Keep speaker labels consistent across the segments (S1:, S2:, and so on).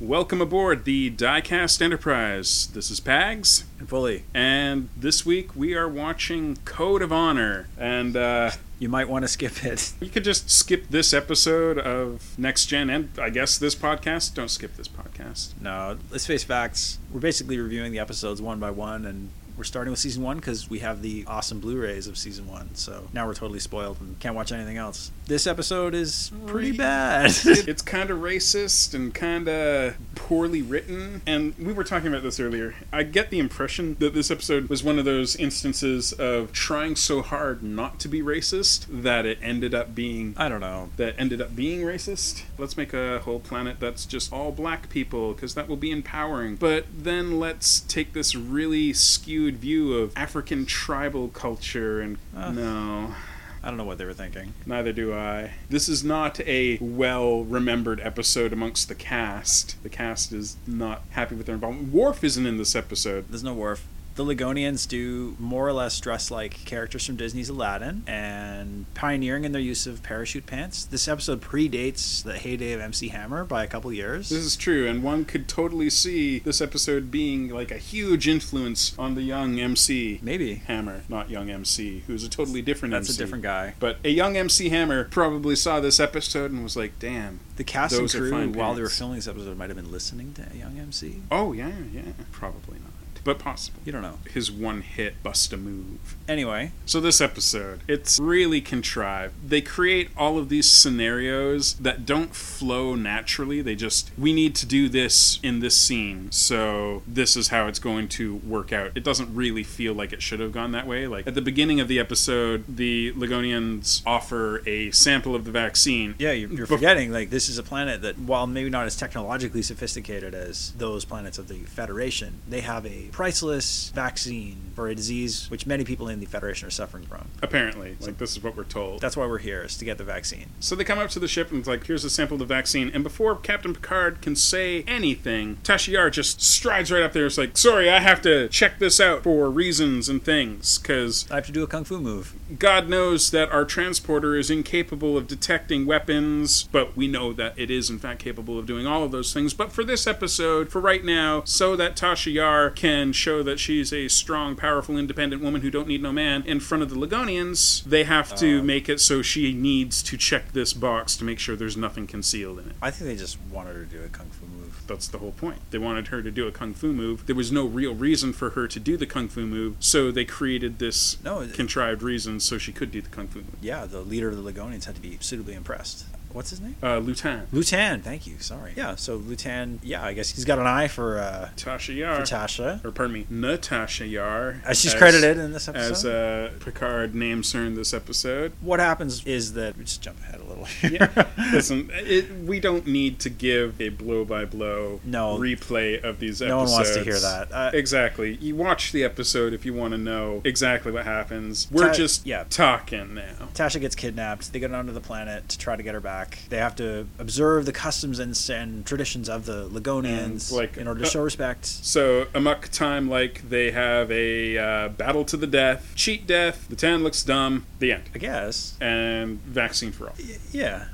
S1: welcome aboard the Diecast Enterprise. This is Pags,
S2: And fully,
S1: and this week we are watching Code of Honor. And uh,
S2: you might want to skip it.
S1: you could just skip this episode of Next Gen, and I guess this podcast. Don't skip this podcast.
S2: No, let's face facts. We're basically reviewing the episodes one by one, and we're starting with season one because we have the awesome Blu-rays of season one. So now we're totally spoiled and can't watch anything else. This episode is pretty bad.
S1: It- it's kind of racist and kind of poorly written. And we were talking about this earlier. I get the impression that this episode was one of those instances of trying so hard not to be racist that it ended up being
S2: I don't know.
S1: that ended up being racist. Let's make a whole planet that's just all black people because that will be empowering. But then let's take this really skewed view of African tribal culture and
S2: Ugh.
S1: no,
S2: I don't know what they were thinking.
S1: neither do I. This is not a well remembered episode amongst the cast. The cast is not happy with their involvement. Worf isn't in this episode.
S2: There's no wharf. The Ligonians do more or less dress like characters from Disney's Aladdin and pioneering in their use of parachute pants. This episode predates the heyday of MC Hammer by a couple years.
S1: This is true, and one could totally see this episode being like a huge influence on the young MC.
S2: Maybe.
S1: Hammer, not Young MC, who's a totally different
S2: That's a
S1: MC.
S2: different guy.
S1: But a young MC Hammer probably saw this episode and was like, "Damn,
S2: The cast
S1: Those are
S2: and crew,
S1: fine
S2: while they were
S1: parents.
S2: filming this episode, might have been listening to Young MC.
S1: oh yeah, yeah, probably not, but possible."
S2: You don't know.
S1: His one hit bust a move.
S2: Anyway,
S1: So this episode, it's really contrived. They create all of these scenarios that don't flow naturally. They just we need to do this in this scene. So this is how it's going to work out. It doesn't really feel like it should have gone that way. Like at the beginning of the episode, the Ligonians offer a sample of the vaccine.
S2: yeah, you're, you're
S1: Bef-
S2: forgetting like this is a planet that, while maybe not as technologically sophisticated as those planets of the Federation, they have a priceless vaccine for a disease which many people in the Federation are suffering from.
S1: Apparently, like this is what we're told.
S2: That's why we're here is to get the vaccine.
S1: So they come up to the ship and it's like, here's a sample of the vaccine. And before Captain Picard can say anything, Tashiar just strides right up there. It's like, sorry, I have to check this out for reasons and things. Because
S2: I have to do a kung fu move.
S1: God knows that our transporter is incapable of detecting weapons, but we know that it is, in fact, capable of doing all of those things. But for this episode, for right now, so that Tasha Yar can show that she's a strong, powerful, independent woman who don't need no man in front of the Ligonians, they have to make it so she needs to check this box to make sure there's nothing concealed in it.
S2: I think they just wanted her to do a kung fu move.
S1: That's the whole point. They wanted her to do a kung fu move. There was no real reason for her to do the kung fu move, so they created this
S2: No, it-
S1: contrived reason so she could do the kung fu move.
S2: yeah, the leader of the Ligonians had to be suitably impressed. What's his name?
S1: Uh, Lutan.
S2: Lutan. Thank you. Sorry. Yeah. So Lutan. Yeah, I guess he's got an eye for uh,
S1: Tasha Yar.
S2: for Tasha.
S1: or pardon me, Natasha Yar.
S2: As Uh, she's credited in this episode.
S1: As uh, Picard names her in this episode.
S2: what happens is that we just jump ahead a little.
S1: Yeah. Listen, it, we don't need to give a blow by blow
S2: No.
S1: replay of these episodes.
S2: No one wants to hear that. Uh,
S1: exactly. You watch the episode if you want to know exactly what happens. We're
S2: Ta-
S1: just
S2: yeah.
S1: talking now.
S2: Tasha gets kidnapped. They go down to the planet to try to get her back. They have to observe the customs and, and traditions of the Ligonians
S1: And, like,
S2: in order
S1: uh,
S2: to show respect.
S1: So amok time, like they have a uh, battle to the death, cheat death. The tan looks dumb. The end.
S2: I guess.
S1: And vaccine for all.
S2: Y- yeah.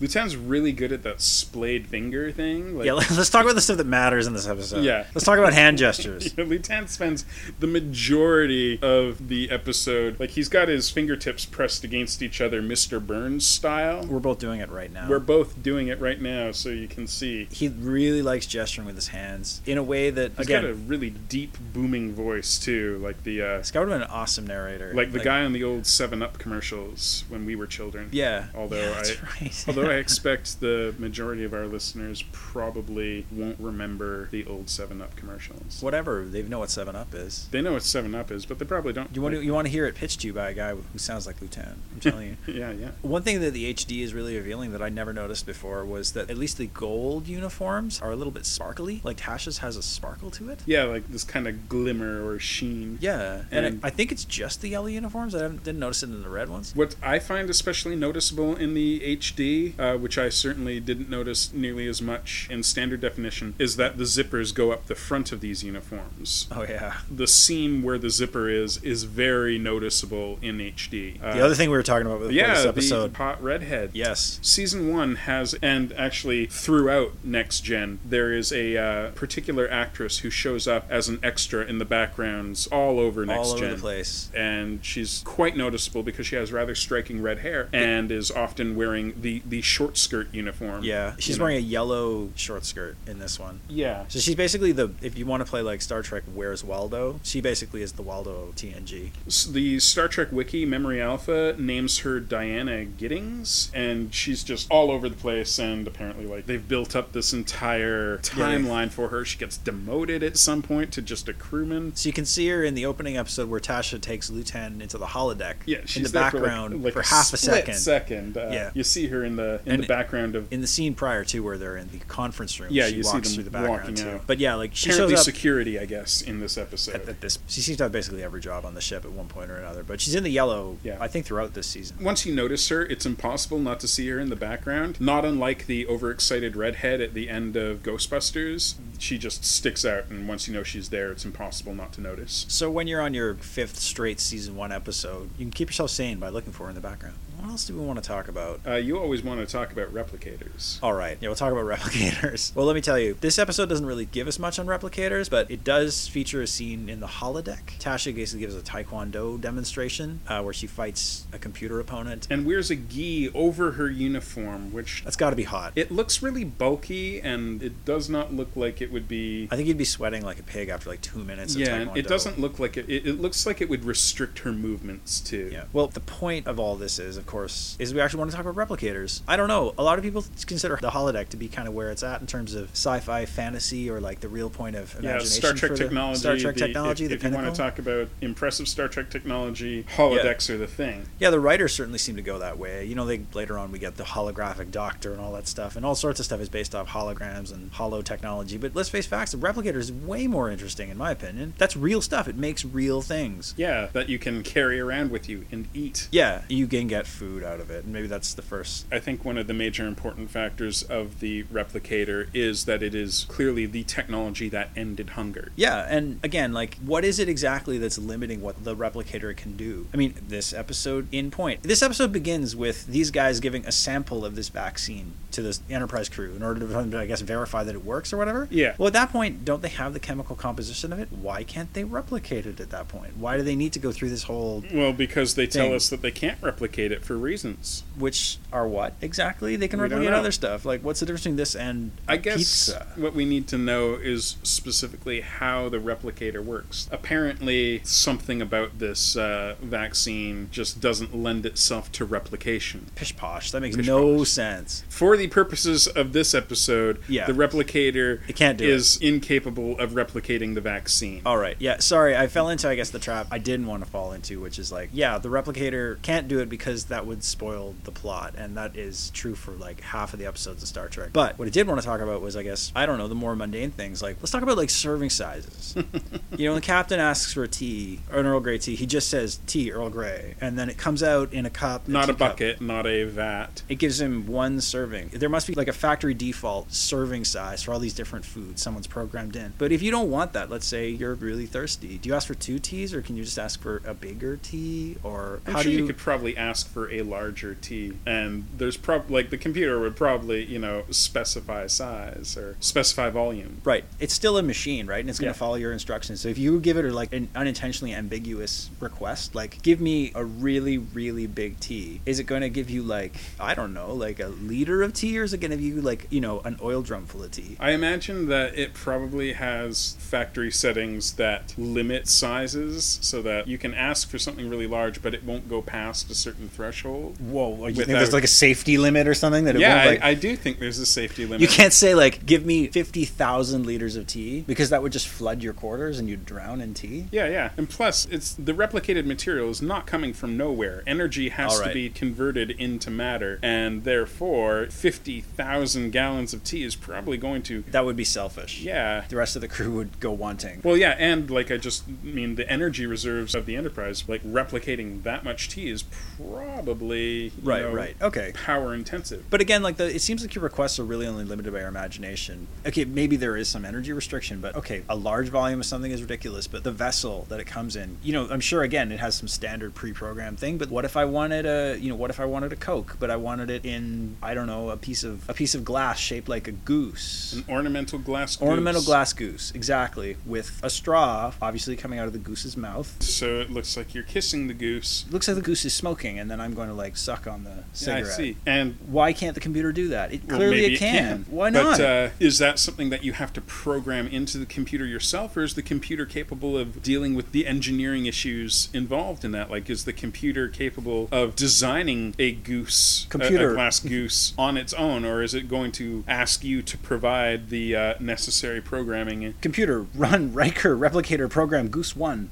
S1: Lutan's really good at that splayed finger thing. Like,
S2: Yeah. Let's talk about the stuff that matters in this episode.
S1: Yeah.
S2: Let's talk about hand gestures.
S1: Yeah, Lutan spends the majority of the episode like he's got his fingertips pressed against each other, Mr. Burns style.
S2: We're both doing it right now.
S1: We're both doing it right now, so you can see.
S2: he really likes gesturing with his hands in a way that
S1: He's got a
S2: again,
S1: really deep, booming voice too, like the uh,
S2: Scott would have been an awesome narrator.
S1: like the guy on the old Seven Up commercials when we were children.
S2: Yeah.
S1: Although
S2: Yeah, that's
S1: I-
S2: right.
S1: Although I expect the majority of our listeners probably won't remember the old Seven Up commercials.
S2: whatever they know what Seven Up is.
S1: They know what Seven Up is, but they probably don't.
S2: You want to you want to hear it pitched to you by a guy who sounds like Lutan. I'm telling you.
S1: Yeah, yeah.
S2: One thing that the HD is really revealing that I never noticed before was that at least the gold uniforms are a little bit sparkly. Like Tasha's has a sparkle to it.
S1: Yeah, like this kind of glimmer or sheen.
S2: Yeah, and,
S1: And-
S2: I I think it's just the yellow uniforms. I haven't, didn't notice it in the red ones.
S1: What I find especially noticeable in the HD see, uh, which I certainly didn't notice nearly as much in standard definition, is that the zippers go up the front of these uniforms.
S2: Oh yeah.
S1: The seam where the zipper is is very noticeable in HD. Uh,
S2: The other thing we were talking about with
S1: yeah,
S2: this
S1: the
S2: episode.
S1: pot redhead.
S2: yes.
S1: Season one has, and actually throughout Next Gen, there is a uh, particular actress who shows up as an extra in the backgrounds all over Next
S2: all over
S1: Gen.
S2: the place.
S1: And she's quite noticeable because she has rather striking red hair and is often wearing the, the short skirt uniform.
S2: Yeah. She's
S1: You know?
S2: wearing a yellow short skirt in this one.
S1: Yeah.
S2: So she's basically the if you want to play like Star Trek Where's Waldo, she basically is the Waldo of TNG.
S1: S- The Star Trek Wiki Memory Alpha names her Diana Giddings, and she's just all over the place. And apparently, like they've built up this entire timeline for her. She gets demoted at some point to just a crewman.
S2: So you can see her in the opening episode where Tasha takes Lutan into the holodeck
S1: Yeah,
S2: in
S1: she's
S2: the
S1: there for, like-
S2: background
S1: like,
S2: half a
S1: split
S2: second.
S1: Second, uh,
S2: Yeah.
S1: you see her in the in
S2: And-
S1: the background of
S2: in the scene prior to where they're in the conference room,
S1: Yeah,
S2: she
S1: you see
S2: walks
S1: them
S2: through the background
S1: walking
S2: too.
S1: out.
S2: But yeah, like she shows
S1: apparently
S2: up
S1: security, I guess, in this episode.
S2: at, at this. She seems to have basically every job on the ship at one point or another. But she's in the yellow,
S1: Yeah.
S2: I think, throughout this season.
S1: once you notice her, it's impossible not to see her in the background. Not unlike the overexcited redhead at the end of Ghostbusters, she just sticks out, and once you know she's there, it's impossible not to notice.
S2: So when you're on your fifth straight season one episode, you can keep yourself sane by looking for her in the background. What else do we want to talk about?
S1: Uh, you always want to talk about replicators.
S2: All right. Yeah, we'll talk about replicators. Well, let me tell you, this episode doesn't really give us much on replicators, but it does feature a scene in the holodeck. Tasha basically gives a taekwondo demonstration uh, where she fights a computer opponent.
S1: And wears a gi over her uniform, which
S2: That's got to be hot.
S1: it looks really bulky, and it does not look like it would be.
S2: I think you'd be sweating like a pig after like two minutes.
S1: Yeah,
S2: of
S1: and
S2: taekwondo.
S1: it doesn't look like it, it. It looks like it would restrict her movements too.
S2: Yeah. Well, the point of all this is, of course, is we actually want to talk about replicators. I don't know. A lot of people consider the holodeck to be kind of where it's at in terms of sci-fi fantasy or like the real point of
S1: Yeah,
S2: imagination.
S1: Star Trek
S2: for the-
S1: technology.
S2: Star Trek
S1: the,
S2: technology.
S1: If,
S2: the
S1: if you
S2: pinnacle.
S1: want to talk about impressive Star Trek technology, holodecks are the thing.
S2: Yeah, the writers certainly seem to go that way. You know, they later on we get the holographic doctor and all that stuff, and all sorts of stuff is based off holograms and holo technology. But let's face facts: the replicator is way more interesting, in my opinion. That's real stuff. It makes real things.
S1: Yeah, that you can carry around with you and eat.
S2: Yeah, you can get food out of it, and maybe that's the first.
S1: I think one of the major important factors of the replicator is that it is clearly the technology that ended hunger.
S2: Yeah, and again, like, what is it exactly that's limiting what the replicator can do? I mean, this episode in point. This episode begins with these guys giving a sample of this vaccine to this Enterprise crew in order to, I guess, verify that it works or whatever.
S1: Yeah.
S2: Well, at that point, don't they have the chemical composition of it? Why can't they replicate it at that point? Why do they need to go through this whole,
S1: Well, because they tell
S2: Thing.
S1: us that they can't replicate it for reasons.
S2: which are what exactly? They can
S1: We don't
S2: replicate
S1: know.
S2: other stuff. Like, what's the difference between this and
S1: I guess
S2: pizza?
S1: what we need to know is specifically how the replicator works. Apparently, something about this uh, vaccine just doesn't lend itself to replication.
S2: Pish posh. That makes
S1: Pish
S2: no
S1: posh.
S2: sense.
S1: for the purposes of this episode,
S2: Yeah.
S1: the replicator
S2: It Oh, can't do
S1: is incapable of replicating the vaccine.
S2: All right. Yeah. Sorry, I fell into I guess the trap I didn't want to fall into, which is like, yeah, the replicator can't do it because that would spoil the plot, and that is true for like half of the episodes of Star Trek. But what I did want to talk about was, I guess, I don't know, the more mundane things. Like, let's talk about like serving sizes. you know, when the captain asks for a tea or an Earl Grey tea, he just says tea Earl Grey, and then it comes out in a cup,
S1: not a
S2: teacup.
S1: bucket, not a vat.
S2: It gives him one serving. There must be like a factory default serving size for all these different foods someone's programmed in. But if you don't want that, let's say you're really thirsty, do you ask for two teas or can you just ask for a bigger tea? Or
S1: I'm
S2: how
S1: sure
S2: do
S1: you...
S2: you.
S1: could probably ask for a larger tea, and there's probably like the computer would probably you know specify size or specify volume.
S2: Right. It's still a machine, right? And it's going
S1: Yeah.
S2: to follow your instructions. So if you give it like an unintentionally ambiguous request, like give me a really, really big tea, is it going to give you like, I don't know, like a liter of tea or is it going to give you like, you know, an oil drum full of tea?
S1: I imagine that it probably has factory settings that limit sizes so that you can ask for something really large, but it won't go past a certain threshold.
S2: Whoa, you
S1: think there's, Without- like,
S2: a safety limit or something that
S1: yeah, I, I do think there's a safety limit.
S2: You can't say like, give me fifty thousand liters of tea because that would just flood your quarters and you'd drown in tea.
S1: Yeah, yeah. And plus, it's the replicated material is not coming from nowhere. Energy has
S2: All
S1: to
S2: right.
S1: be converted into matter, and therefore, 50,000 gallons of tea is probably going to
S2: That would be selfish.
S1: yeah.
S2: The rest of the crew would go wanting.
S1: Well, yeah, and like I just I mean the energy reserves of the Enterprise, like replicating that much tea is probably you
S2: Right,
S1: know,
S2: right. Okay.
S1: power intensive.
S2: But again, like the, it seems like your requests are really only limited by your imagination. Okay, maybe there is some energy restriction, but okay, a large volume of something is ridiculous. But the vessel that it comes in, you know, I'm sure again it has some standard pre-programmed thing. But what if I wanted a, you know, what if I wanted a Coke, but I wanted it in, I don't know, a piece of a piece of glass shaped like a goose.
S1: An ornamental glass.
S2: Ornamental
S1: goose.
S2: glass goose, exactly, with a straw obviously coming out of the goose's mouth.
S1: So it looks like you're kissing the goose.
S2: Looks like the goose is smoking, and then I'm going to like suck on the
S1: Yeah, I
S2: cigarette.
S1: see. And
S2: Why can't the computer do that? It
S1: well,
S2: clearly
S1: maybe
S2: it can. Why not?
S1: But uh, is that something that you have to program into the computer yourself, or is the computer capable of dealing with the engineering issues involved in that? Like, is the computer capable of designing a goose, a- a,
S2: Computer.
S1: glass goose, on its own, or is it going to ask you to provide the uh, necessary programming?
S2: computer run Riker replicator program goose one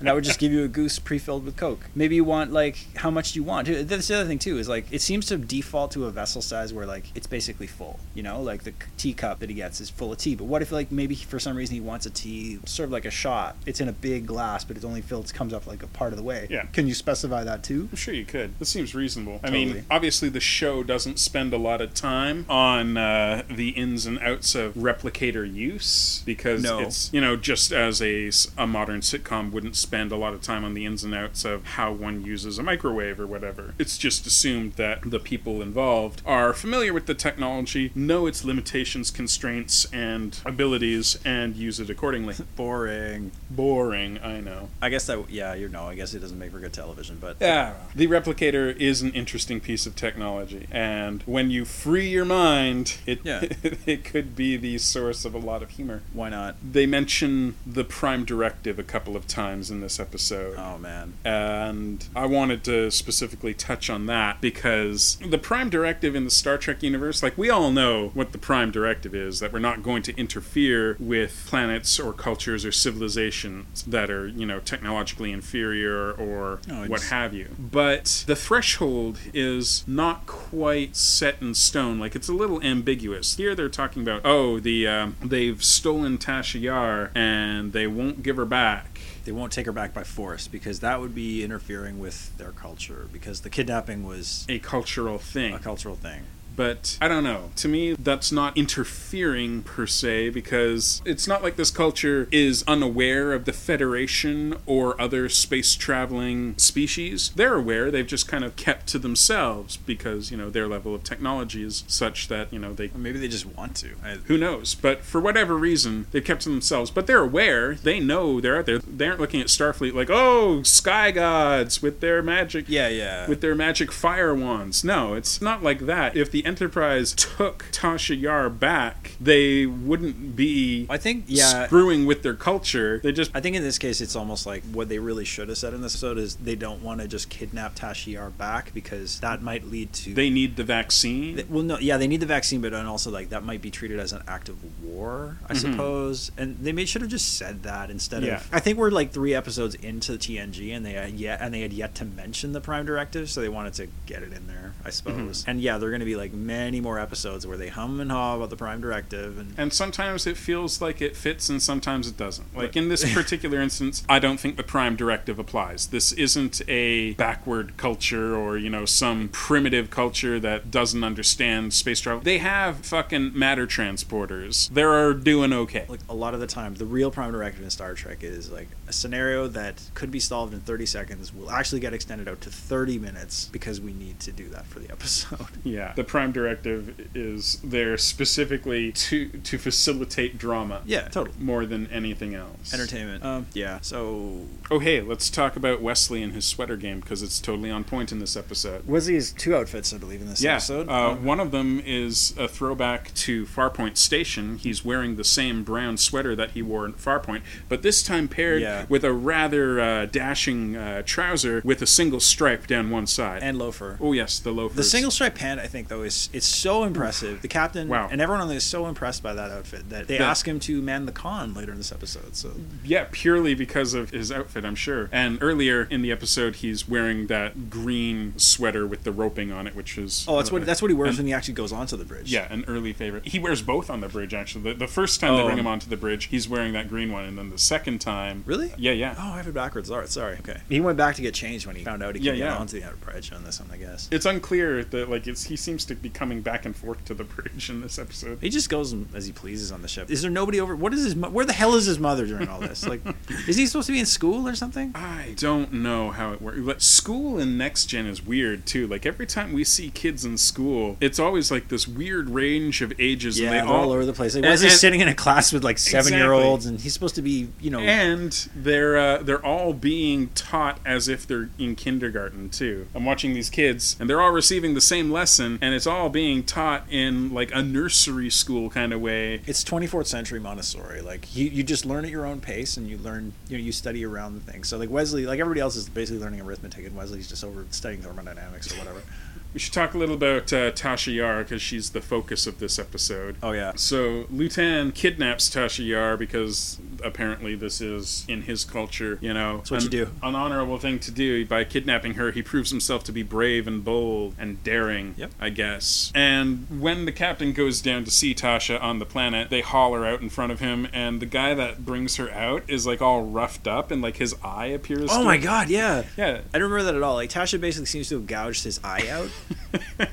S2: and I would just give you a goose pre-filled with coke maybe you want like how much do you want Dude, that's the other thing too is like it seems to default to a vessel size where like it's basically full you know like the c- teacup that he gets is full of tea but what if like maybe for some reason he wants a tea served like a shot it's in a big glass but it's only filled it comes up like a part of the way
S1: Yeah.
S2: can you specify that too
S1: I'm sure you could. That seems reasonable. I mean,
S2: Totally.
S1: obviously, the show doesn't spend a lot of time on uh, the ins and outs of replicator use because
S2: No.
S1: it's, you know, just as a, s- a modern sitcom wouldn't spend a lot of time on the ins and outs of how one uses a microwave or whatever. It's just assumed that the people involved are familiar with the technology, know its limitations, constraints, and abilities, and use it accordingly.
S2: boring
S1: Boring, I know.
S2: I guess that yeah you know I guess it doesn't make for good television but
S1: Yeah. The replicator is an interesting piece of technology, and when you free your mind, it
S2: Yeah.
S1: it could be the source of a lot of humor.
S2: why not
S1: They mention the prime directive a couple of times in this episode.
S2: oh man
S1: And I wanted to specifically touch on that because the prime directive in the Star Trek universe, like we all know what the prime directive is that we're not going to interfere with planets or cultures or civilizations that are, you know, technologically inferior or
S2: No,
S1: what
S2: it's-
S1: have you. But the threshold is not quite set in stone. Like it's a little ambiguous. Here they're talking about, oh, the um, they've stolen Tasha Yar and they won't give her back.
S2: they won't take her back by force because that would be interfering with their culture because the kidnapping was
S1: A cultural thing.
S2: a cultural thing.
S1: But I don't know. To me, that's not interfering per se because it's not like this culture is unaware of the Federation or other space traveling species. They're aware, they've just kind of kept to themselves because, you know, their level of technology is such that, you know, they.
S2: Or maybe they just want to. I,
S1: Who knows? But for whatever reason, they've kept to themselves. But they're aware. They know they're out there. They aren't looking at Starfleet like, oh, sky gods with their magic
S2: yeah, yeah.
S1: with their magic fire wands. No, it's not like that. If the Enterprise took Tasha Yar back, they wouldn't be
S2: I think yeah.
S1: screwing with their culture. They just
S2: I think in this case, it's almost like what they really should have said in this episode is they don't want to just kidnap Tashiar back because that might lead to
S1: they need the vaccine.
S2: Th- Well, no, yeah, they need the vaccine, but and also like that might be treated as an act of war, I suppose. And they may, should have just said that instead
S1: Yeah.
S2: of. I think we're like three episodes into TNG, and they had yet and they had yet to mention the Prime Directive, so they wanted to get it in there, I suppose. And yeah, they're going to be like many more episodes where they hum and haw about the Prime Directive, and
S1: and sometimes it feels like it fits and sometimes it doesn't. Like in this particular instance, I don't think the prime directive applies. This isn't a backward culture or, you know, some primitive culture that doesn't understand space travel. They have fucking matter transporters. They're doing okay.
S2: like a lot of the time, the real Prime Directive in Star Trek is like a scenario that could be solved in 30 seconds will actually get extended out to 30 minutes because we need to do that for the episode.
S1: Yeah. The prime directive is there specifically to to facilitate drama
S2: yeah, totally.
S1: more than anything else.
S2: entertainment. Um, yeah. So
S1: Oh hey, let's talk about Wesley and his sweater game because it's totally on point in this episode.
S2: Wesley's two outfits, I believe, in this
S1: yeah,
S2: episode.
S1: Uh, one of them is a throwback to Farpoint Station. He's wearing the same brown sweater that he wore in Farpoint, but this time paired
S2: Yeah.
S1: with a rather uh, dashing uh, trouser with a single stripe down one side.
S2: and loafer.
S1: oh yes, the loafers.
S2: The single stripe pant, I think, though, is is it's so impressive. The captain
S1: Wow.
S2: and everyone on there is so impressed by that outfit that they
S1: That-
S2: ask him to man the con later in this episode. So
S1: Yeah, purely because of his outfit, I'm sure. And earlier in the episode, he's wearing that green sweater with the roping on it, which is
S2: oh, that's what that's what he wears
S1: And-
S2: when he actually goes onto the bridge.
S1: yeah, an early favorite. He wears both on the bridge. Actually, the, the first time they
S2: Oh.
S1: bring him onto the bridge, he's wearing that green one, and then the second time,
S2: Really?
S1: yeah, yeah.
S2: Oh, I have it backwards. All right, sorry. Okay. He went back to get changed when he found out he could
S1: Yeah,
S2: get
S1: yeah.
S2: onto the outer bridge on this one, I guess.
S1: It's unclear that like it's he seems to be coming back and forth to the bridge in this episode.
S2: He just goes as he pleases on the ship. Is there nobody over? What is his? mo- Where the hell is his mother during all this? Like, is he supposed to be in school or something?
S1: I don't know how it works. But school in next gen is weird too. Like every time we see kids in school, it's always like this weird range of ages,
S2: Yeah,
S1: and they
S2: they're all over the place. Like,
S1: and-
S2: why is he
S1: and-
S2: sitting in a class with like seven year olds, and he's supposed to be, you know,
S1: and they're uh, they're all being taught as if they're in kindergarten too. I'm watching these kids, and they're all receiving the same lesson, and it's all being taught in like a nursery school kind of way.
S2: it's 24th century Montessori. Like you, you just learn at your own pace, and you learn, you know, you study around the thing. So like Wesley, like everybody else is basically learning arithmetic, and Wesley's just over studying thermodynamics or whatever.
S1: We should talk a little about uh, Tasha Yar because she's the focus of this episode.
S2: Oh yeah,
S1: So Lutan kidnaps Tasha Yar because apparently this is in his culture, you know.
S2: It's
S1: an,
S2: what you do.
S1: An honorable thing to do. By kidnapping her, he proves himself to be brave and bold and daring,
S2: Yep.
S1: I guess. And when the captain goes down to see Tasha on the planet, they haul her out in front of him and the guy that brings her out is like all roughed up and like his eye appears
S2: Oh
S1: to-
S2: my god, yeah.
S1: Yeah.
S2: I don't remember that at all. Like Tasha basically seems to have gouged his eye out.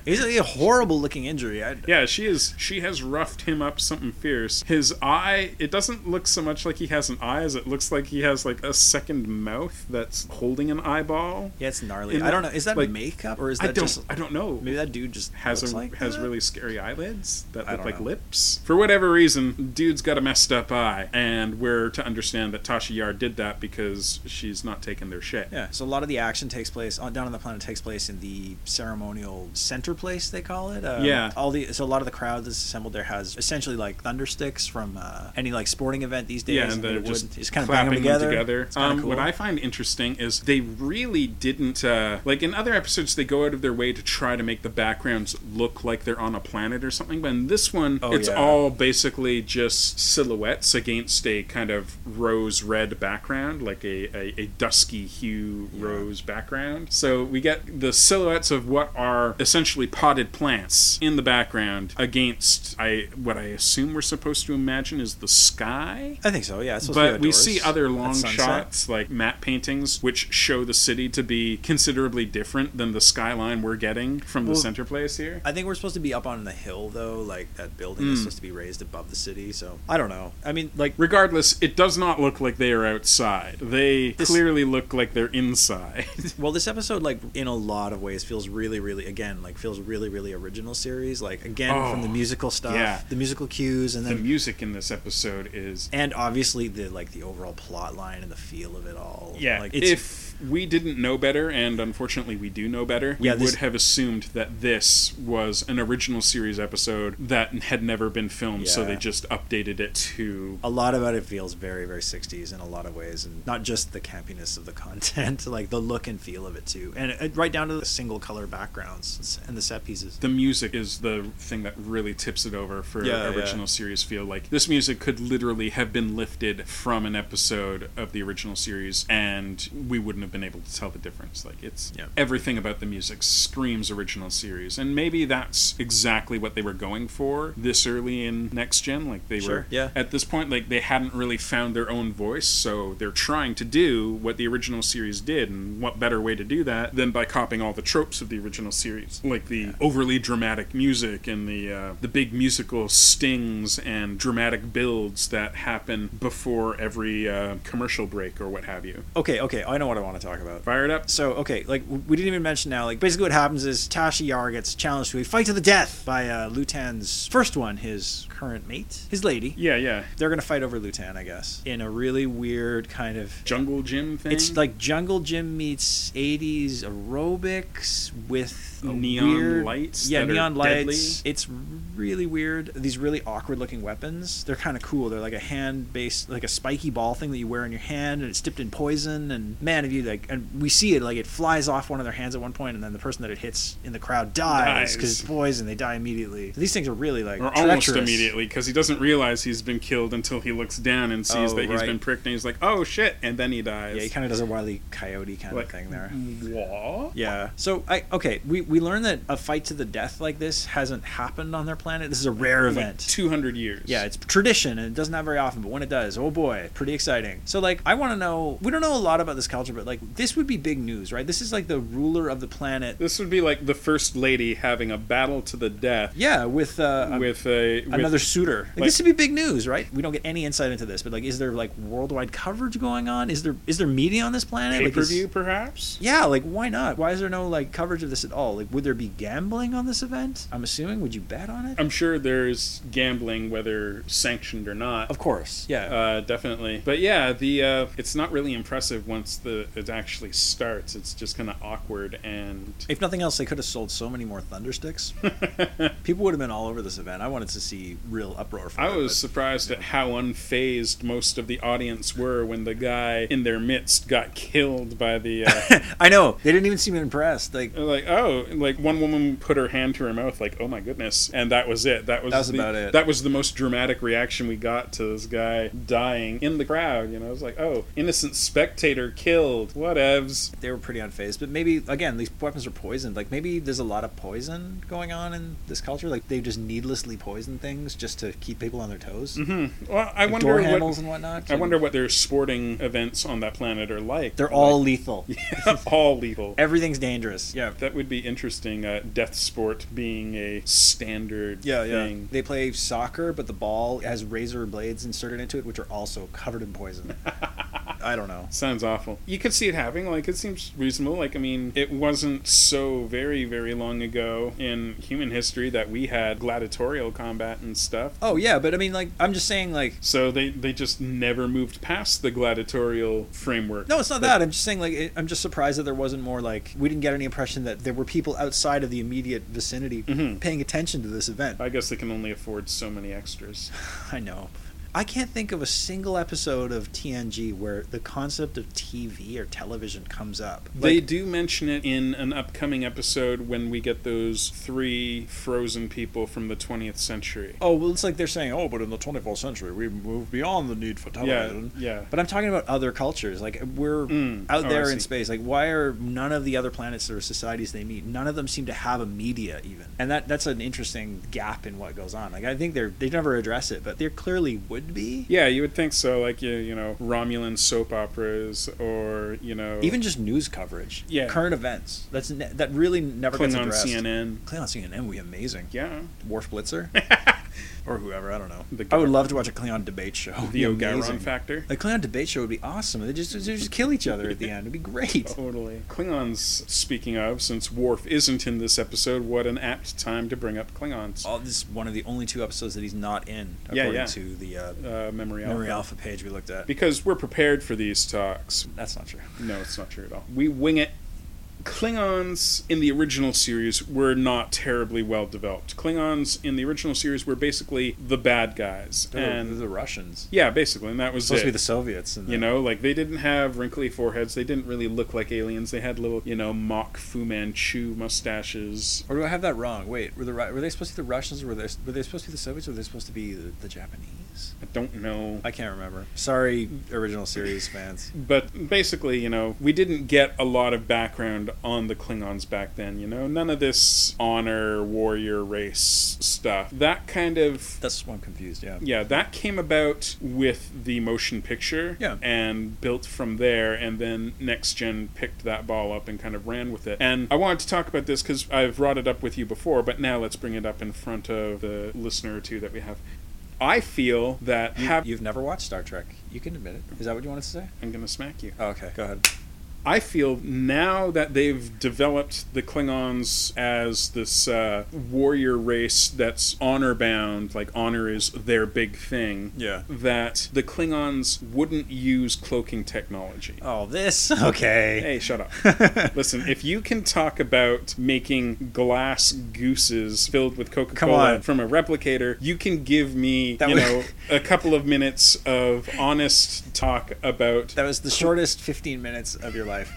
S2: He's like a horrible looking injury. I,
S1: Yeah, she is. She has roughed him up something fierce. His eye. It doesn't look so much like he has an eye as it looks like he has like a second mouth that's holding an eyeball.
S2: yeah, it's gnarly.
S1: In
S2: I don't know. Is that
S1: like-
S2: makeup or is
S1: I
S2: that
S1: don't.
S2: just
S1: I don't know.
S2: maybe that dude just
S1: has
S2: looks
S1: a,
S2: like
S1: has
S2: that?
S1: really scary eyelids that
S2: I
S1: look
S2: don't
S1: like
S2: know.
S1: lips. For whatever reason, dude's got a messed up eye, and we're to understand that Tasha Yar did that because she's not taking their shit.
S2: Yeah. So a lot of the action takes place on, down on the planet takes place in the ceremonial center place they call it. Um,
S1: Yeah.
S2: All the so a lot of the crowd that's assembled there has essentially like thunder sticks from uh, any like sporting event these days.
S1: Yeah, and they're
S2: they would
S1: just,
S2: just kind of bang
S1: clapping
S2: them together. It's kinda
S1: Um,
S2: cool.
S1: What I find interesting is they really didn't uh, like in other episodes they go out of their way to try to make the backgrounds look like they're on a planet or something, but in this one
S2: Oh,
S1: it's
S2: yeah.
S1: all basically just silhouettes against a kind of rose red background, like a, a, a dusky hue rose background. So we get the silhouettes of what are essentially potted plants in the background against I what I assume we're supposed to imagine is the sky
S2: I think so. Yeah. It's supposed to be
S1: but we
S2: outdoors
S1: see other
S2: at
S1: long
S2: sunset.
S1: shots like map paintings which show the city to be considerably different than the skyline we're getting from the
S2: Well-
S1: center place here
S2: I think we're supposed to be up on the hill though, like that building
S1: Hmm.
S2: is supposed to be raised above the city, so I don't know. I mean like
S1: regardless it does not look like they are outside they
S2: This-
S1: clearly look like they're inside
S2: well this episode like in a lot of ways feels really, really again, like feels really, really original series. Like again from
S1: Oh,
S2: the musical stuff,
S1: yeah.
S2: the musical cues and
S1: the
S2: then
S1: music in this episode is
S2: and obviously the like the overall plot line and the feel of it all.
S1: yeah
S2: Like it's
S1: if we didn't know better and unfortunately we do know better we
S2: Yeah, this-
S1: would have assumed that this was an original series episode that had never been filmed so
S2: Yeah.
S1: they just updated it to
S2: a lot about it feels very, very sixties in a lot of ways and not just the campiness of the content, like the look and feel of it too. And uh, right down to the single color backgrounds and the set pieces.
S1: the music is the thing that really tips it over for
S2: Yeah,
S1: original
S2: yeah.
S1: series feel. Like this music could literally have been lifted from an episode of the original series, and we wouldn't have been able to tell the difference. Like it's
S2: Yeah.
S1: everything about the music screams original series, and maybe that's exactly what they were going for this early in next gen. Like they were
S2: Sure, yeah.
S1: at this point, like they hadn't really found their own voice, so they're trying to do what the original series did, and what better way to do that than by copying all the tropes of the original series, like the overly dramatic music and the uh, the big musical stings and dramatic builds that happen before every uh, commercial break or what have you.
S2: Okay, okay, I know what I want to talk about.
S1: Fire it up.
S2: So okay, like w- we didn't even mention now. Like basically, what happens is Tasha Yar gets challenged to a fight to the death by uh, Lutan's first one, his current mate, his lady.
S1: Yeah, yeah.
S2: They're gonna fight over Lutan, I guess, in a really weird kind of.
S1: Jungle gym thing.
S2: It's like jungle gym meets '80s aerobics with a
S1: Oh, neon
S2: weird-
S1: lights
S2: Yeah,
S1: that are
S2: neon lights. It's really weird. These really awkward looking weapons. They're kind of cool. They're like a hand based, like a spiky ball thing that you wear in your hand, and it's dipped in poison. And man, if you like, and we see it like it flies off one of their hands at one point, and then the person that it hits in the crowd dies because
S1: Dies.
S2: it's poison. They die immediately. These things are really like
S1: or almost
S2: treacherous.
S1: immediately because he doesn't realize he's been killed until he looks down and sees
S2: Oh,
S1: that he's
S2: right.
S1: been pricked and he's like oh shit and then he dies
S2: Yeah, he kind of does a wily coyote kind
S1: like
S2: of thing there.
S1: "Wha?"
S2: Yeah. So I okay, we we learned that a fight to the death like this hasn't happened on their planet. This is a rare
S1: Like,
S2: event.
S1: 200 years
S2: Yeah, it's tradition and it doesn't happen very often, but when it does, oh boy, pretty exciting. So like I want to know, we don't know a lot about this culture, but like this would be big news, right? This is like the ruler of the planet.
S1: this would be like the first lady having a battle to the death
S2: Yeah, with uh a-
S1: with a with
S2: Another suitor. Like,
S1: like-
S2: this would be big news, right? We don't get any insight into this, but like, is there like worldwide coverage going on? Is there is there media on this planet?
S1: pay
S2: Like,
S1: per
S2: is-
S1: view perhaps
S2: Yeah, like why not? Why is there no like coverage of this at all? Like, would there be gambling on this event? I'm assuming. Would you bet on it?
S1: I'm sure there's gambling whether sanctioned or not
S2: Of course. Oh, Yeah.
S1: Uh, definitely, but yeah, the uh, it's not really impressive once the it actually starts. It's just kind of awkward and
S2: if nothing else, they could have sold so many more thundersticks. People would have been all over this event. I wanted to see real uproar. From
S1: I
S2: it,
S1: was
S2: but-
S1: surprised at how unfazed most of the audience were when the guy in their midst got killed by the. Uh,
S2: I know they didn't even seem impressed. Like
S1: like oh, like one woman put her hand to her mouth, like oh my goodness, and that was it. That was,
S2: That was
S1: the,
S2: about it.
S1: That was the most dramatic reaction we got to this guy dying in the crowd. You know, it was like oh, innocent spectator killed. Whatevs.
S2: they were pretty unfazed. But maybe again, these weapons are poisoned. Like maybe there's a lot of poison going on in this culture. Like they just needlessly poison things just to keep people on their toes.
S1: Hmm. Well, I
S2: Like,
S1: wonder
S2: door
S1: what.
S2: handles and whatnot.
S1: I wonder what their sporting events on that planet are like.
S2: They're all lethal.
S1: all lethal.
S2: Everything's dangerous. Yeah.
S1: That would be interesting. Uh, death sport being a standard
S2: Yeah, yeah.
S1: thing.
S2: They play soccer, but the ball has razor blades inserted into it, which are also covered in poison. I don't know.
S1: Sounds awful. You could see it happening. Like it seems reasonable. Like I mean, it wasn't so very, very long ago in human history that we had gladiatorial combat and stuff.
S2: Oh yeah, but I mean, like, I'm just saying, like,
S1: So they they just never moved past the gladiatorial framework.
S2: no, it's not that. I'm just saying, like, it, I'm just surprised that there wasn't more. Like, we didn't get any impression that there were people outside of the immediate vicinity
S1: Mhm.
S2: paying attention to this event.
S1: I guess they can only afford so many extras.
S2: I know. I can't think of a single episode of TNG where the concept of TV or television comes up.
S1: they
S2: Like,
S1: do mention it in an upcoming episode when we get those three frozen people from the 20th century.
S2: oh, well, it's like they're saying, oh, but in the 24th century, we've moved beyond the need for
S1: Yeah, yeah.
S2: But I'm talking about other cultures. Like we're
S1: Mm.
S2: out
S1: Oh, I
S2: there in
S1: see.
S2: space. Like why are none of the other planets or societies they meet? None of them seem to have a media even, and that that's an interesting gap in what goes on. Like I think they're they never address it, but there clearly would be.
S1: Yeah, you would think so. Like you, you know, Romulan soap operas, or you know,
S2: Even just news coverage,
S1: Yeah.
S2: current events. That's ne- that really never gets
S1: Klingon
S2: addressed.
S1: CNN.
S2: Klingon CNN would be amazing.
S1: Yeah,
S2: Worf Blitzer, or whoever I don't know.
S1: The
S2: I would love to watch a Klingon debate show. It'd
S1: the
S2: be
S1: O'Garon
S2: amazing.
S1: factor.
S2: A Klingon debate show would be awesome. They just they just kill each other at the end. It'd be great.
S1: Totally. Klingons. Speaking of, since Worf isn't in this episode, what an apt time to bring up Klingons. uh,
S2: Oh, this is one of the only two episodes that he's not in, according
S1: Yeah, yeah.
S2: to the uh,
S1: Uh, memory alpha.
S2: Memory Alpha page we looked at.
S1: Because we're prepared for these talks.
S2: That's not true.
S1: No, it's not true at all. We wing it. Klingons in the original series were not terribly well developed. Klingons in the original series were basically the bad guys,
S2: And
S1: and
S2: the Russians.
S1: yeah, basically, and that was
S2: supposed
S1: it.
S2: to be the Soviets. And
S1: You know, like they didn't have wrinkly foreheads. They didn't really look like aliens. They had little, you know, mock Fu Manchu mustaches.
S2: Or do I have that wrong? Wait, were the Ru- were they supposed to be the Russians? Or were they were they supposed to be the Soviets? Or were they supposed to be the, the Japanese?
S1: I don't know.
S2: I can't remember. Sorry, original series fans.
S1: But basically, you know, we didn't get a lot of background on the Klingons back then, you know? None of this honor, warrior race stuff. That kind of.
S2: That's why I'm confused. Yeah.
S1: Yeah, that came about with the motion picture
S2: Yeah.
S1: and built from there. And then Next Gen picked that ball up and kind of ran with it. And I wanted to talk about this because I've brought it up with you before, but now let's bring it up in front of the listener or two that we have. I feel that.
S2: You,
S1: hav-
S2: you've never watched Star Trek. You can admit it. Is that what you wanted to say?
S1: I'm going to smack you.
S2: Oh, okay. Go ahead.
S1: I feel now that they've developed the Klingons as this uh, warrior race that's honor bound, like honor is their big thing,
S2: Yeah.
S1: that the Klingons wouldn't use cloaking technology.
S2: Oh, this? Okay.
S1: Hey, shut up. Listen, if you can talk about making glass gooses filled with Coca
S2: Come
S1: Cola
S2: on.
S1: from a replicator, you can give me,
S2: That
S1: you
S2: was-
S1: know, a couple of minutes of honest talk about.
S2: That was the shortest 15 minutes of your life.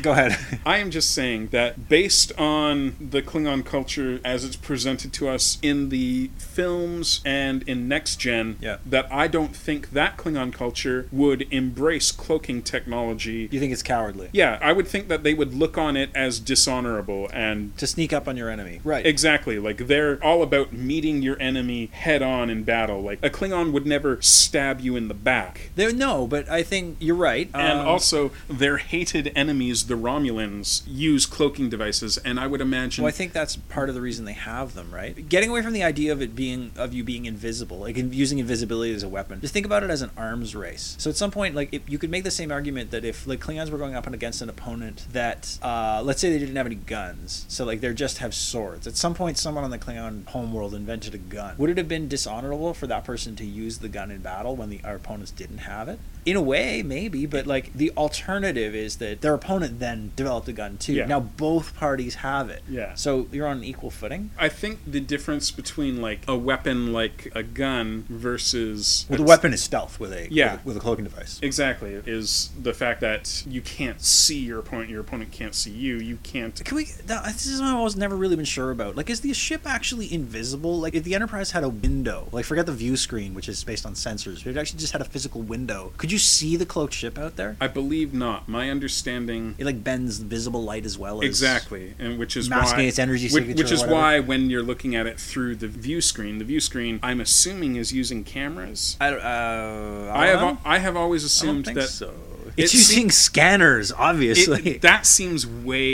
S2: Go ahead.
S1: I am just saying that based on the Klingon culture as it's presented to us in the films and in Next Gen,
S2: Yeah.
S1: that I don't think that Klingon culture would embrace cloaking technology.
S2: You think it's cowardly
S1: Yeah, I would think that they would look on it as dishonorable and
S2: to sneak up on your enemy. Right.
S1: Exactly. Like they're all about meeting your enemy head on in battle. Like a Klingon would never stab you in the back.
S2: There, no, but I think you're right.
S1: And
S2: Um,
S1: also, their hated enemies, the Romulans, use cloaking devices, and I would imagine.
S2: Well, I think that's part of the reason they have them, right? Getting away from the idea of it being of you being invisible, like in- using invisibility as a weapon. Just think about it as an arms race. So at some point, like if, you could make the same argument that if like Klingons were going up and against an opponent that, uh, let's say they didn't have any guns, so like they just have swords. At some point, someone on the Klingon homeworld invented a gun. Would it have been dishonorable for that person to use the gun in battle when the our opponents didn't have it? In a way, maybe, but like the alternative is that their opponent then developed a gun too.
S1: Yeah.
S2: Now both parties have it.
S1: Yeah.
S2: So you're on an equal footing.
S1: I think the difference between like a weapon like a gun versus
S2: Well, the weapon is stealth with a
S1: Yeah.
S2: with a, with a cloaking device.
S1: exactly is the fact that you can't see your opponent, your opponent can't see you, you can't
S2: Can we? That, this is what I was never really been sure about. Like, is the ship actually invisible? Like, if the Enterprise had a window, like forget the view screen, which is based on sensors, but if it actually just had a physical window, could you see the cloaked ship out there?
S1: I believe not. My understanding
S2: It like bends the visible light as well as
S1: Exactly, and which is
S2: masking
S1: why
S2: its energy
S1: which-
S2: signature
S1: which
S2: or
S1: is
S2: whatever.
S1: why when you're looking at it through the view screen, the view screen, I'm assuming is using cameras.
S2: I, don't- uh,
S1: I,
S2: I, don't
S1: have
S2: know.
S1: al- I have always
S2: I don't
S1: assumed
S2: think
S1: that
S2: so.
S1: It
S2: It's
S1: se-
S2: using scanners, obviously.
S1: it, that seems way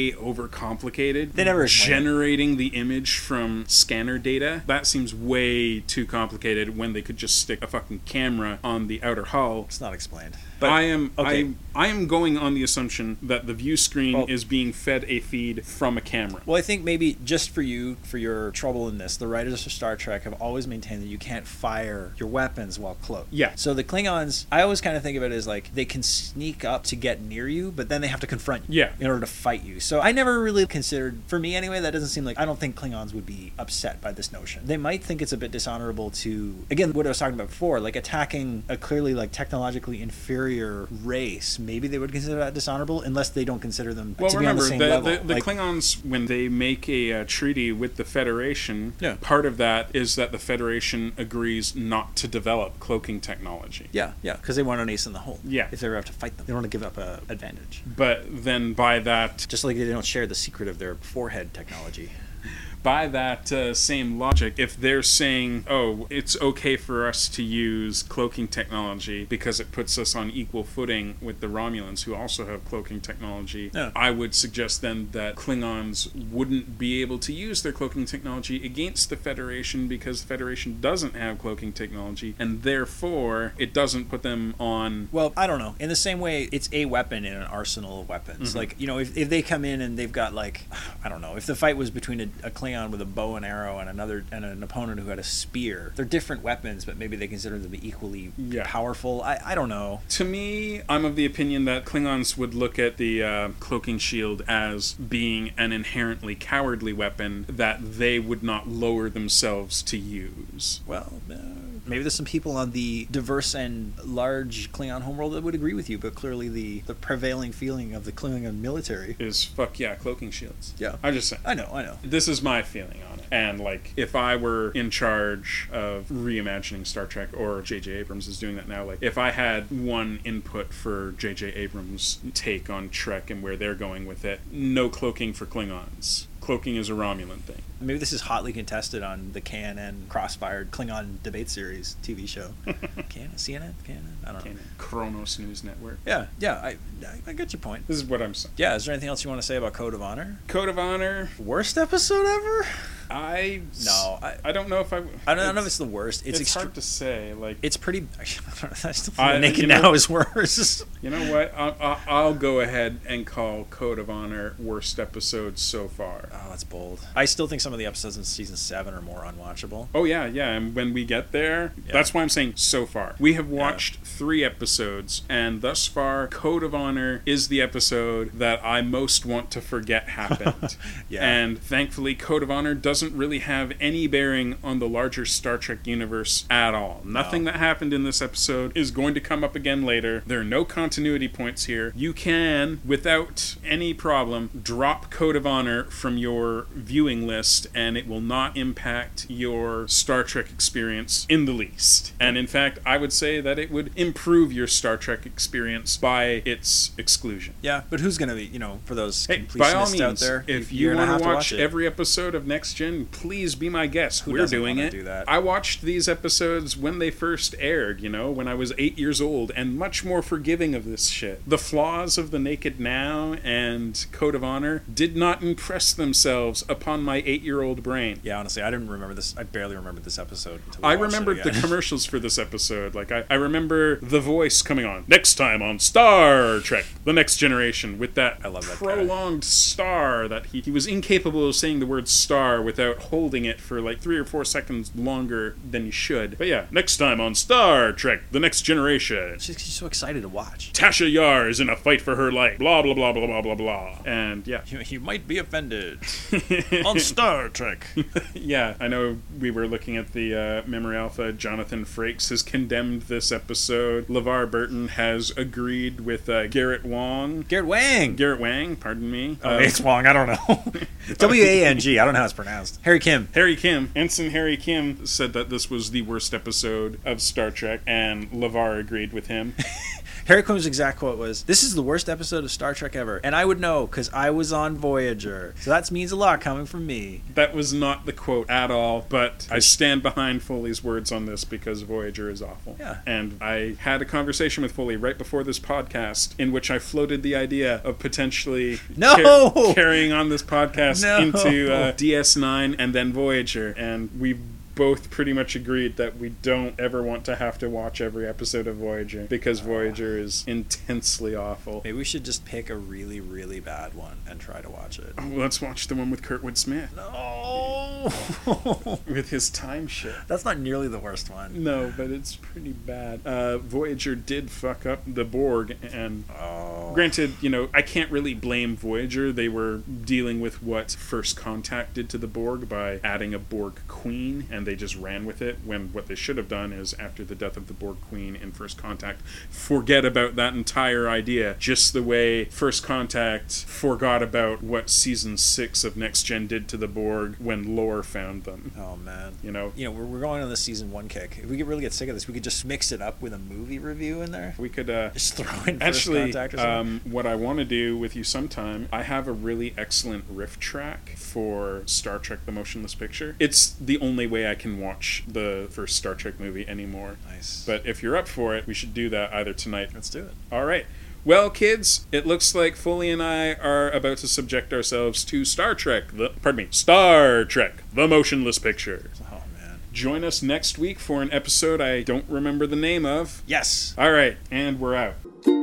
S1: overcomplicated.
S2: They never explain it.
S1: generating the image from scanner data. That seems way too complicated when they could just stick a fucking camera on the outer hull.
S2: it's not explained.
S1: But I am
S2: okay.
S1: I I am going on the assumption that the view screen
S2: Well-
S1: is being fed a feed from a camera.
S2: Well, I think maybe just for you, for your trouble in this, the writers of Star Trek have always maintained that you can't fire your weapons while cloaked.
S1: Yeah.
S2: So the Klingons, I always kind of think of it as like they can sneak up to get near you, but then they have to confront you
S1: Yeah.
S2: in order to fight you. So I never really considered, for me anyway, that doesn't seem like, I don't think Klingons would be upset by this notion. They might think it's a bit dishonorable to, again, what I was talking about before, like attacking a clearly like technologically inferior race. Maybe they would consider that dishonorable unless they don't consider them
S1: Well,
S2: to
S1: remember
S2: be on the same
S1: the,
S2: level.
S1: the, the
S2: Like-
S1: Klingons when they make a uh, treaty with the Federation,
S2: Yeah.
S1: part of that is that the Federation agrees not to develop cloaking technology.
S2: Yeah, yeah, because they want an ace in the hole.
S1: Yeah.
S2: if they ever have to fight them, they don't want to give up a advantage.
S1: But then by that
S2: Just like they don't share the secret of their forehead technology.
S1: by that uh, same logic, if they're saying, "Oh, it's okay for us to use cloaking technology because it puts us on equal footing with the Romulans who also have cloaking technology,"
S2: Yeah.
S1: I would suggest then that Klingons wouldn't be able to use their cloaking technology against the Federation because the Federation doesn't have cloaking technology, and therefore it doesn't put them on.
S2: Well, I don't know. In the same way, it's a weapon in an arsenal of weapons. Like you know, if, if they come in and they've got like, I don't know, if the fight was between a, a Klingon with a bow and arrow and another and an opponent who had a spear, they're different weapons, but maybe they consider them to be equally
S1: Yeah.
S2: powerful. I, I don't know.
S1: To me, I'm of the opinion that Klingons would look at the uh, cloaking shield as being an inherently cowardly weapon that they would not lower themselves to use.
S2: Well, uh, maybe there's some people on the diverse and large Klingon homeworld that would agree with you, but clearly the, the prevailing feeling of the Klingon military.
S1: Is fuck yeah, cloaking shields.
S2: Yeah.
S1: I just say
S2: I know, I know.
S1: this is my feeling on it. And like, if I were in charge of reimagining Star Trek, or J.J. Abrams is doing that now, like, if I had one input for J.J. Abrams' take on Trek and where they're going with it, no cloaking for Klingons. cloaking is a Romulan thing.
S2: Maybe this is hotly contested on the Can and Crossfire Klingon debate series TV show. Can CNN? Can I don't know.
S1: Canon. Kronos News Network.
S2: Yeah, yeah, I, I, I get your point.
S1: This is what I'm saying.
S2: Yeah, is there anything else you want to say about Code of Honor?
S1: Code of Honor.
S2: Worst episode ever?
S1: I
S2: No, I,
S1: I don't know if I. w-
S2: I, don't, I don't know if
S1: it's-
S2: it's the worst. It's,
S1: It's,
S2: extre-
S1: hard to say. Like
S2: It's pretty. I don't know, I still think
S1: I-
S2: naked
S1: you know-
S2: now is worse.
S1: you know what? I'll, I'll, I'll go ahead and call Code of Honor worst episode so far.
S2: Oh, that's bold. I still think some of the episodes in season seven are more unwatchable.
S1: Oh yeah, yeah. And when we get there,
S2: Yeah.
S1: that's why I'm saying so far. We have watched three episodes, and thus far, Code of Honor is the episode that I most want to forget happened.
S2: Yeah.
S1: And thankfully, Code of Honor doesn't really have any bearing on the larger Star Trek universe at all. Nothing that happened in this episode is going to come up again later. There are no continuity points here. You can, without any problem, drop Code of Honor from your viewing list, and it will not impact your Star Trek experience in the least. And in fact, I would say that it would improve your Star Trek experience by its exclusion.
S2: Yeah, but who's gonna be? You know, for those
S1: Hey,
S2: completionists
S1: by all
S2: out
S1: means,
S2: there,
S1: if
S2: you're
S1: you
S2: gonna
S1: want
S2: have
S1: to watch
S2: it.
S1: every episode of Next Gen, please be my guest. We're
S2: doesn't
S1: doing
S2: wanna
S1: it.
S2: do that?
S1: I watched these episodes when they first aired, you know, when I was eight years old, and much more forgiving of this shit. The flaws of The Naked Now and Code of Honor did not impress themselves upon my eight year old brain.
S2: Yeah, honestly, I didn't remember this. I barely remembered this episode. Until we
S1: I
S2: watched it
S1: remembered the
S2: again.
S1: commercials for this episode. Like, I, I remember the voice coming on next time on Star Trek The Next Generation with that,
S2: I love that guy.
S1: prolonged star that he, he was incapable of saying the word star without holding it for like three or four seconds longer than you should. But yeah, next time on Star Trek The Next Generation.
S2: She's, she's so excited to watch.
S1: Tasha Yar is in a fight for her life. Blah, blah, blah, blah, blah, blah, blah. And yeah.
S2: You, you might be offended on Star Trek.
S1: Yeah, I know we were looking at the uh, Memory Alpha. Jonathan Frakes has condemned this episode. LeVar Burton has agreed with uh, Garrett Wong.
S2: Garrett Wang.
S1: Garrett Wang, pardon me.
S2: Oh,
S1: Uh,
S2: it's Wang. I don't know. W A N G. I don't know how it's pronounced. Harry Kim.
S1: Harry Kim, Ensign Harry Kim, said that this was the worst episode of Star Trek, and LeVar agreed with him.
S2: Harry Kim's exact quote was, "This is the worst episode of Star Trek ever," and I would know because I was on Voyager. So that means a lot coming from me.
S1: that was not the quote at all, but I stand behind Foley's words on this because Voyager is awful.
S2: Yeah.
S1: And I had a conversation with Foley right before this podcast in which I floated the idea of potentially
S2: No!
S1: carrying on this podcast
S2: No.
S1: into uh, DS9 and then Voyager. And we both pretty much agreed that we don't ever want to have to watch every episode of Voyager because
S2: Ah.
S1: Voyager is intensely awful.
S2: Maybe we should just pick a really, really bad one and try to watch it.
S1: Oh, let's watch the one with Kurtwood Smith
S2: No,
S1: with his time shift.
S2: that's not nearly the worst one.
S1: No, but it's pretty bad. Uh, Voyager did fuck up the Borg, and
S2: Oh,
S1: granted, you know, I can't really blame Voyager. They were dealing with what First Contact did to the Borg by adding a Borg Queen, and they just ran with it. When what they should have done is, after the death of the Borg Queen in First Contact, forget about that entire idea, just the way First Contact forgot about what season six of Next Gen did to the Borg when Lore found them.
S2: oh man.
S1: You know,
S2: You know, we're, we're going on the season one kick. If we could really get sick of this, we could just mix it up with a movie review in there.
S1: we could uh,
S2: Just throw in first
S1: Actually,
S2: contact or something.
S1: um, what I want to do with you sometime, I have a really excellent riff track for Star Trek The Motionless Picture. It's the only way I can watch the first Star Trek movie anymore.
S2: nice.
S1: But if you're up for it, we should do that either tonight.
S2: let's do it.
S1: All right. Well, kids, it looks like Foley and I are about to subject ourselves to Star Trek, the, pardon me, Star Trek, the motionless picture.
S2: Oh man.
S1: Join us next week for an episode I don't remember the name of.
S2: Yes.
S1: All right, and we're out.